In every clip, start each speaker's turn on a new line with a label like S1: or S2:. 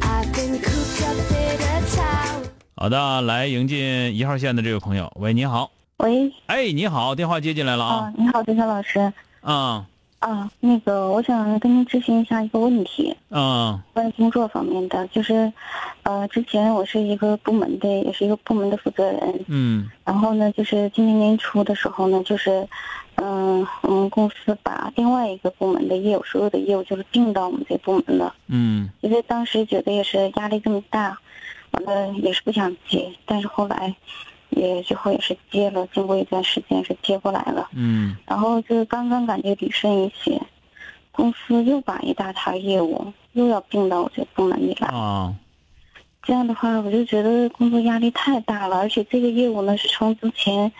S1: I've been cooped up in a tower.
S2: 好的，来迎进一号线的这位朋友。喂，你好。
S3: 喂，
S2: 哎，你好，电话接进来了
S3: 啊
S2: 啊。，
S3: 你好，陈晓老师
S2: 啊
S3: 啊，那个我想跟您咨询一下一个问题，
S2: 嗯
S3: 关于工作方面的，就是，呃，之前我是一个部门的，也是一个部门的负责人，
S2: 嗯
S3: 然后呢，就是今年年初的时候呢，就是，嗯、我们公司把另外一个部门的业务，所有的业务就是并到我们这部门了，
S2: 嗯
S3: 就是当时觉得也是压力这么大，完了也是不想接，但是后来，也最后也是接了，经过一段时间是接过来了。
S2: 嗯
S3: 然后就是刚刚感觉理顺一些，公司又把一大摊业务又要并到我这部门里来。
S2: 啊
S3: 这样的话，我就觉得工作压力太大了，而且这个业务呢是从之前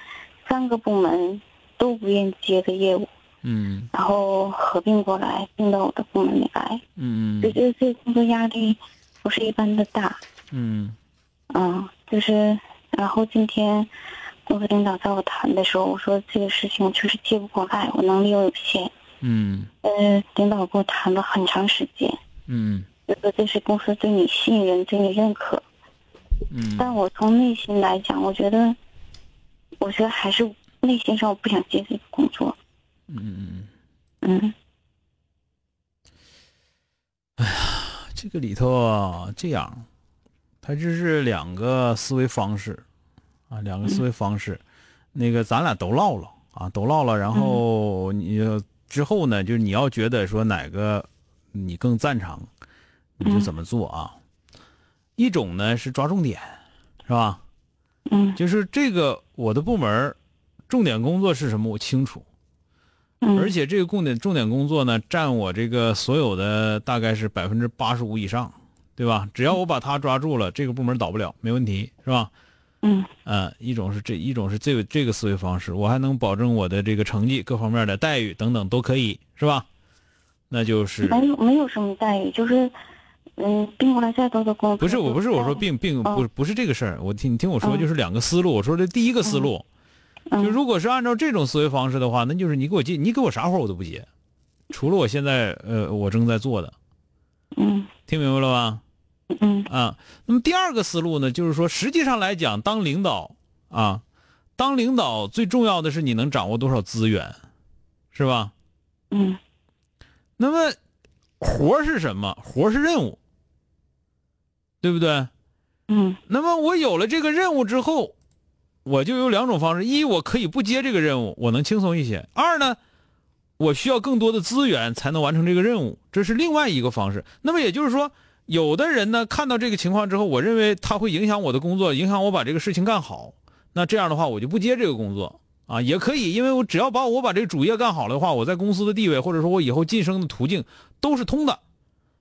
S3: 三个部门都不愿接的业务，
S2: 嗯
S3: 然后合并过来并到我的部门里来，
S2: 嗯
S3: 就觉得这个工作压力不是一般的大。
S2: 嗯
S3: 嗯，就是，然后今天公司领导找我谈的时候，我说这个事情确实接不过来，我能力又有限。
S2: 嗯
S3: 呃，领导跟我谈了很长时间，
S2: 嗯
S3: 觉得这是公司对你信任、对你认可。
S2: 嗯。
S3: 但我从内心来讲，我觉得，我觉得还是内心上我不想接这个工作。
S2: 嗯嗯，
S3: 嗯，
S2: 嗯，这个里头啊，这样，它这是两个思维方式啊，两个思维方式。那个咱俩都唠唠啊，都唠唠，然后你之后呢，就是你要觉得说哪个你更赞成，你就怎么做啊？一种呢是抓重点，是吧？
S3: 嗯，
S2: 就是这个我的部门儿重点工作是什么，我清楚。
S3: 嗯
S2: 而且这个重点重点工作呢，占我这个所有的大概是百分之八十五以上，对吧？只要我把它抓住了，这个部门倒不了，没问题，是吧？
S3: 嗯
S2: 呃，一种是这，一种是这个这个思维方式，我还能保证我的这个成绩、各方面的待遇等等都可以，是吧？那就是
S3: 没有没有什么待遇，就是，嗯，并过来再多的工作，
S2: 不是我不是我说
S3: 并，
S2: 并并不
S3: 嗯
S2: 不是这个事儿，我听你听我说
S3: 嗯
S2: 就是两个思路，我说的第一个思路，就
S3: 嗯
S2: 如果是按照这种思维方式的话，那就是你给我接，你给我啥活儿我都不接，除了我现在呃我正在做的，
S3: 嗯
S2: 听明白了吧？
S3: 嗯
S2: 啊，那么第二个思路呢，就是说，实际上来讲，当领导啊，当领导最重要的是你能掌握多少资源，是吧？
S3: 嗯
S2: 那么活儿是什么？活儿是任务，对不对？
S3: 嗯
S2: 那么我有了这个任务之后，我就有两种方式：一，我可以不接这个任务，我能轻松一些；二呢，我需要更多的资源才能完成这个任务，这是另外一个方式。那么也就是说，有的人呢看到这个情况之后，我认为他会影响我的工作，影响我把这个事情干好。那这样的话，我就不接这个工作啊，也可以，因为我只要把我把这个主业干好了的话，我在公司的地位或者说我以后晋升的途径都是通的，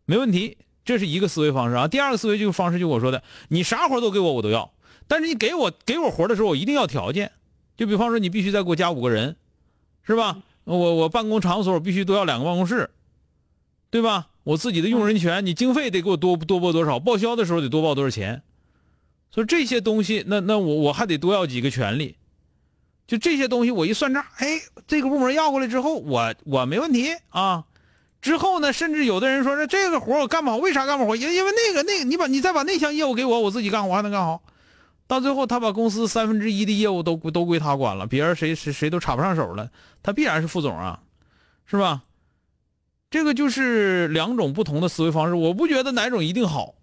S2: 没问题。这是一个思维方式啊。第二个思维就是方式，就我说的，你啥活儿都给我，我都要。但是你给我给我活儿的时候，我一定要条件，就比方说你必须再给我加五个人，是吧？我我办公场所必须都要两个办公室，对吧？我自己的用人权，你经费得给我多多拨多少，报销的时候得多报多少钱。所以这些东西，那那我我还得多要几个权利，就这些东西我一算账，哎，这个部门要过来之后，我我没问题啊。之后呢，甚至有的人说这这个活儿我干不好，为啥干不好？因因为那个那个，你把你再把那项业务给我，我自己干，我还能干好。到最后，他把公司三分之一的业务都归都归他管了，别人谁谁谁都插不上手了，他必然是副总啊，是吧？这个就是两种不同的思维方式，我不觉得哪种一定好，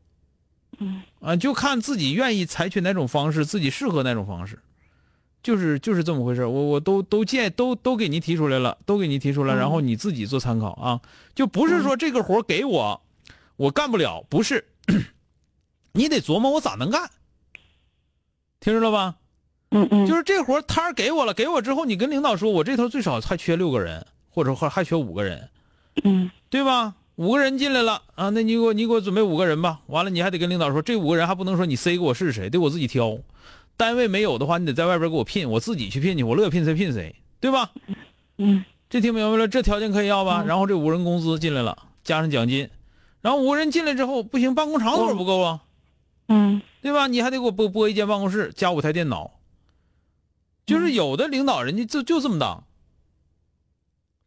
S4: 嗯
S2: 啊，就看自己愿意采取哪种方式，自己适合哪种方式，就是就是这么回事儿。我我都都建都都给您提出来了，都给您提出来，然后你自己做参考啊，就不是说这个活儿给我，我干不了，不是， 你得琢磨我咋能干，听着了吧？
S4: 嗯嗯，
S2: 就是这活儿摊儿给我了，给我之后，你跟领导说，我这头最少还缺六个人，或者还还缺五个人，
S4: 嗯
S2: 对吧？五个人进来了啊，那你给我你给我准备五个人吧。完了，你还得跟领导说，这五个人还不能说你塞给我是谁，得我自己挑。单位没有的话，你得在外边给我聘，我自己去聘去，我乐意聘谁聘谁，对吧？
S4: 嗯
S2: 这听明白了，这条件可以要吧？然后这五人工资进来了，加上奖金，然后五个人进来之后，不行，办公场所不够啊，
S4: 嗯
S2: 对吧？你还得给我拨拨一间办公室，加五台电脑。
S4: 嗯
S2: 就是有的领导人家就就这么当，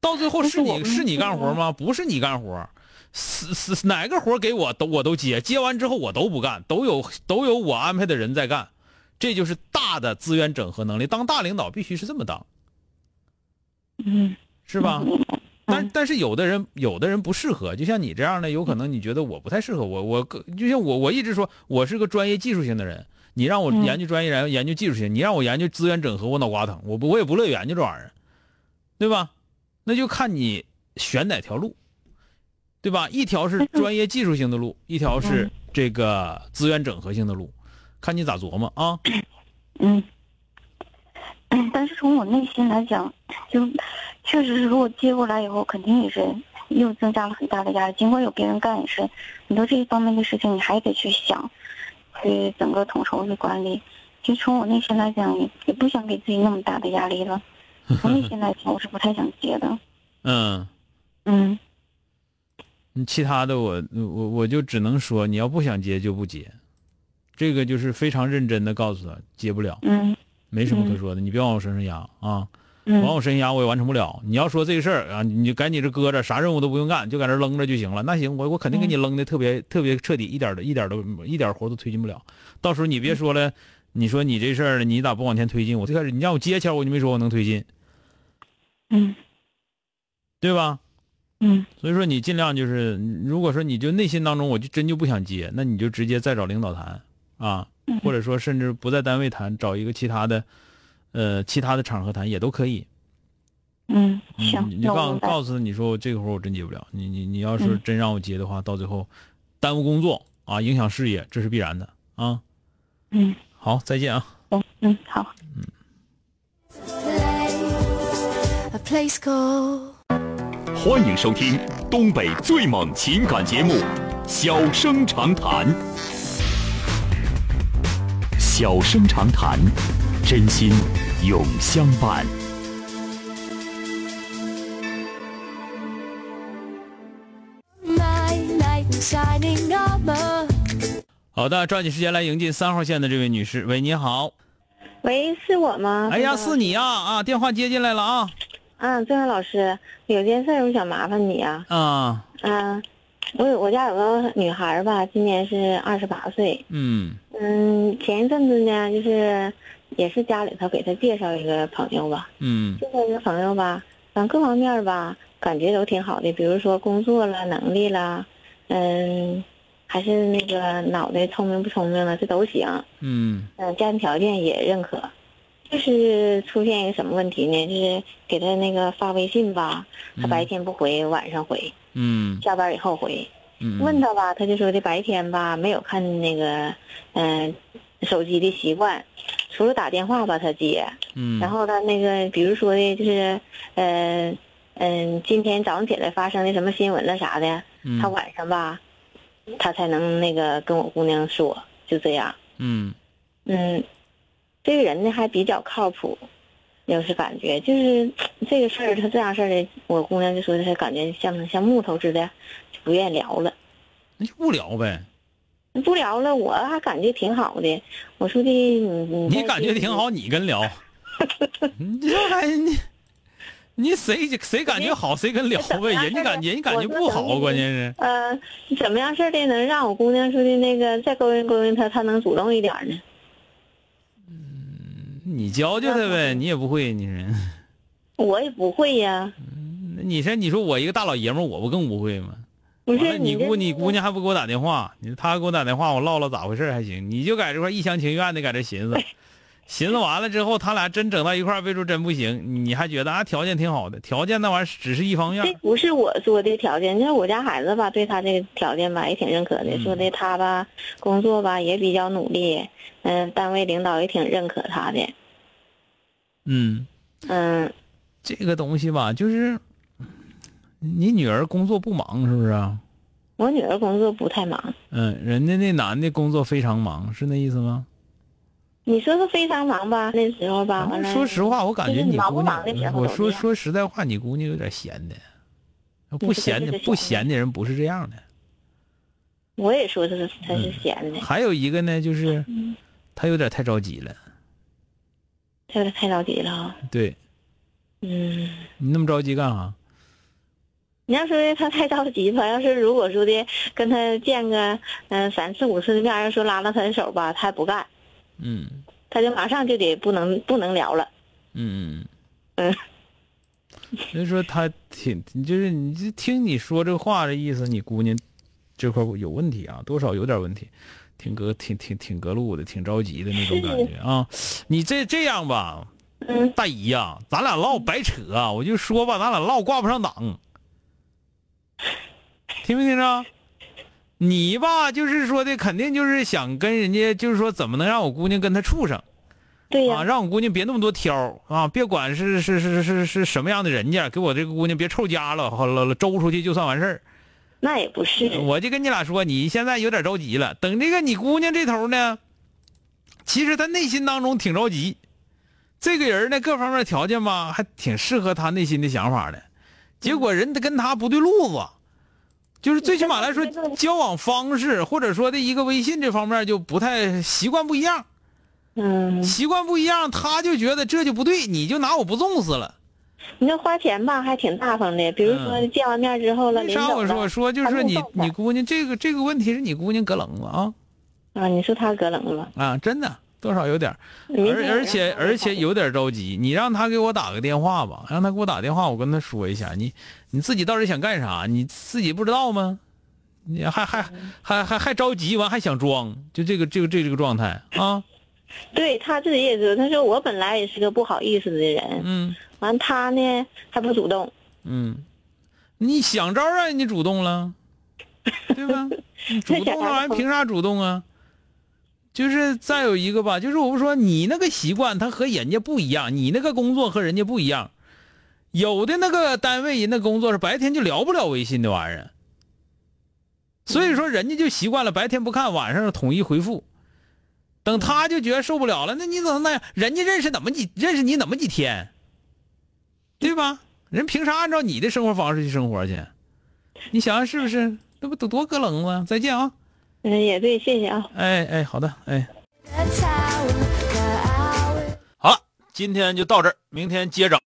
S2: 到最后
S4: 但
S2: 是
S4: 是我
S2: 你
S4: 们
S2: 是你
S4: 现
S2: 干活
S4: 在
S2: 吗？不是你干活，是是哪个活给我都我都接，接完之后我都不干，都有都有我安排的人在干，这就是大的资源整合能力。当大领导必须是这么当，
S4: 嗯，
S2: 是吧？
S4: 嗯
S2: 但但是有的人有的人不适合，就像你这样的，有可能你觉得我不太适合我，我个就像我我一直说我是个专业技术型的人，你让我
S4: 嗯
S2: 研究专业，然后研究技术型，你让我研究资源整合，我脑瓜疼，我不我也不乐意研究这玩意儿，对吧？那就看你选哪条路，对吧？一条
S4: 嗯
S2: 是专业技术型的路，一条是这个资源整合性的路，看你咋琢磨啊。
S4: 嗯， 嗯，但是从我内心来讲，就确实是如果接过来以后，肯定也是又增加了很大的压力。尽管有别人干，也是很多这一方面的事情，你还得去想，去整个统筹去管理。其实从我内心来讲，也也不想给自己那么大的压力了。从内心来讲，我是不太想接的。
S2: 嗯，
S4: 嗯
S2: 嗯其他的我我我就只能说，你要不想接就不接，这个就是非常认真的告诉他接不了，
S4: 嗯
S2: 没什么可说的，你别往我身上压啊，往
S4: 嗯
S2: 我身上压我也完成不了。你要说这个事儿啊，你就赶紧这搁着，啥任务都不用干，就在这扔着就行了。那行，我我肯定给
S4: 嗯
S2: 你扔的特别、特别彻底，一点儿都一点儿都一点儿活都推进不了。到时候你别说了，你说你这事儿你咋不往前推进？我最开始你让我接前，我就没说我能推进，
S4: 嗯
S2: 对吧？
S4: 嗯
S2: 所以说你尽量就是，如果说你就内心当中我就真就不想接，那你就直接再找领导谈啊，
S4: 嗯
S2: 或者说甚至不在单位谈，找一个其他的，呃，其他的场合谈也都可以。
S4: 嗯，
S2: 你
S4: 行，
S2: 你
S4: 那
S2: 就
S4: 我
S2: 告
S4: 明白。
S2: 告诉他，你说我这个活我真接不了，你你你要是
S4: 嗯
S2: 真让我接的话，到最后耽误工作啊，影响事业，这是必然的啊。
S4: 嗯
S2: 好，再见啊。
S4: 嗯嗯，好。
S5: A place called
S6: 欢迎收听东北最猛情感节目《小生长谈》。小生长谈，真心永相伴。
S5: my knight in shining armor.
S2: 好的，抓紧时间来迎进三号线的这位女士。喂，你好。
S3: 喂，是我吗？
S2: 哎呀，
S3: 郑老
S2: 是你呀、啊！电话接进来了啊
S3: 啊，郑源老师，有件事儿我想麻烦你啊。
S2: 啊，
S3: 啊，我有我家有个女孩儿吧，今年是二十八岁。
S2: 嗯
S3: 嗯，前一阵子呢，就是也是家里头给她介绍一个朋友吧，
S2: 嗯
S3: 介绍一个朋友吧，嗯，各方面儿吧，感觉都挺好的，比如说工作啦、能力啦，嗯，还是那个脑袋聪明不聪明了，这都行。
S2: 嗯
S3: 嗯，家庭条件也认可，就是出现一个什么问题呢？就是给他那个发微信吧，他白天不回，晚上回，
S2: 嗯
S3: 下班以后回。
S2: 嗯，
S3: 问他吧，他就说的白天吧没有看那个嗯、手机的习惯，除了打电话吧他接，
S2: 嗯，
S3: 然后他那个比如说的就是嗯嗯、今天早上起来发生的什么新闻了啥的，
S2: 嗯
S3: 他晚上吧，他才能那个跟我姑娘说，就这样。
S2: 嗯
S3: 嗯，这个人呢还比较靠谱，就是感觉就是这个事儿，他这样事儿的，我姑娘就说她感觉像像木头似的，就不愿意聊了。
S2: 那就不聊呗。
S3: 不聊了，我还感觉挺好的。我说的，你你
S2: 你
S3: 再
S2: 感觉挺好，你跟 聊，你这还你你谁谁感觉好谁跟聊呗，人家感觉人家感觉不好，关键是
S3: 呃，怎么样事儿的能让我姑娘说的那个再勾引勾引她，她能主动一点儿呢？
S2: 你教教他呗，你也不会，你是
S3: 我也不会呀，
S2: 你说你说我一个大老爷们儿，我不更不会吗？
S3: 不
S2: 完了
S3: 是
S2: 你
S3: 这
S2: 姑你姑娘还不给我打电话，你说她给我打电话，我唠唠咋回事还行，你就在这块一厢情愿的在这寻思，寻思完了之后，他俩真整到一块儿，别说真不行，你还觉得啊条件挺好的，条件那玩意儿只是一方面
S3: 这
S2: 儿，
S3: 不是我说的条件，就是我家孩子吧，对他这个条件吧也挺认可的，
S2: 嗯
S3: 说的他吧工作吧也比较努力，嗯、单位领导也挺认可他的，
S2: 嗯，
S3: 嗯，
S2: 这个东西吧，就是你女儿工作不忙是不是啊？
S3: 我女儿工作不太忙，
S2: 嗯，人家那男的工作非常忙，是那意思吗？
S3: 你说她非常忙吧，那时候吧，完了
S2: 说实话，我感觉
S3: 啊就是
S2: 你
S3: 忙
S2: 姑
S3: 不
S2: 娘嗯
S3: 忙的时，候
S2: 我
S3: 都
S2: 说
S3: 一样
S2: 说实在话，你姑娘有点闲的，
S3: 这
S2: 不闲
S3: 真
S2: 的
S3: 是
S2: 不
S3: 闲
S2: 闲的人不是这样的。
S3: 我也说她是她
S2: 嗯
S3: 是闲的，
S2: 还有一个呢，就是他有点太着急了。
S3: 她有点太着急了啊，
S2: 对
S3: 嗯。
S2: 你那么着急干啥？
S3: 你要说他太着急吧，要是如果说的跟他见个嗯、呃三次五次的面，要说拉拉他的手吧，他还不干，
S2: 嗯
S3: 他就马上就得不能不能聊了。
S2: 嗯嗯
S3: 嗯。
S2: 所以说他挺，就是你就听你说这话的意思，你姑娘这块有问题啊，多少有点问题，挺格挺挺挺格路的，挺着急的那种感觉啊。你这这样吧，
S3: 嗯，
S2: 大姨呀、咱俩唠白扯、啊，我就说吧，咱俩唠挂不上档，听没听着？你吧，就是说的，肯定就是想跟人家，就是说怎么能让我姑娘跟他处上
S3: 对呀、
S2: 啊，让我姑娘别那么多挑儿啊，别管是是是是是什么样的人家，给我这个姑娘别臭家了，好了周出去就算完事儿。
S3: 那也不是，
S2: 我就跟你俩说，你现在有点着急了。等这个你姑娘这头呢，其实她内心当中挺着急。这个人呢，各方面条件吧，还挺适合她内心的想法的。结果人他跟她不对路子，就是最起码来说
S3: 你跟她不对，路
S2: 交往方式或者说的一个微信这方面就不太习惯不一样，
S3: 嗯，
S2: 习惯不一样，她就觉得这就不对，你就拿我不重视了。
S3: 你这花钱吧还挺大方的，比如说
S2: 嗯
S3: 见完面之后了，
S2: 为
S3: 临
S2: 啥
S3: 走
S2: 我说我
S3: 了
S2: 说就是说
S3: 还
S2: 你
S3: 弄到
S2: 你姑娘这个这个问题是你姑娘隔棱子啊
S3: 啊，你说他搁冷了，
S2: 啊，真的多少有点儿。
S3: 明天
S2: 而
S3: 我让
S2: 而且
S3: 她
S2: 而且
S3: 看
S2: 有点着急，你让他给我打个电话吧，让他给我打电话，我跟他说一下，你你自己到底想干啥？你自己不知道吗？你还还还还还着急，完还想装，就这个这个这个、这个状态啊，
S3: 对他自己也知道，他说我本来也是个不好意思的人，
S2: 嗯
S3: 完他呢还不主动，
S2: 嗯，你想招让人家主动了，对吧？你主动了完凭啥主动啊？就是再有一个吧，就是我不说你那个习惯，他和人家不一样，你那个工作和人家不一样。有的那个单位人的工作是白天就聊不了微信这玩意儿，所以说人家就习惯了白天不看，晚上统一回复。等他就觉得受不了了，那你怎么那样？人家认识怎么几认识你怎么几天，对吧？人凭啥按照你的生活方式去生活去？你想想是不是？那不多多咯楞子？再见啊！
S3: 嗯，也对，谢谢啊。
S2: 哎哎，好的，哎，
S5: the tower, the hour.
S2: 好了，今天就到这儿，明天接着。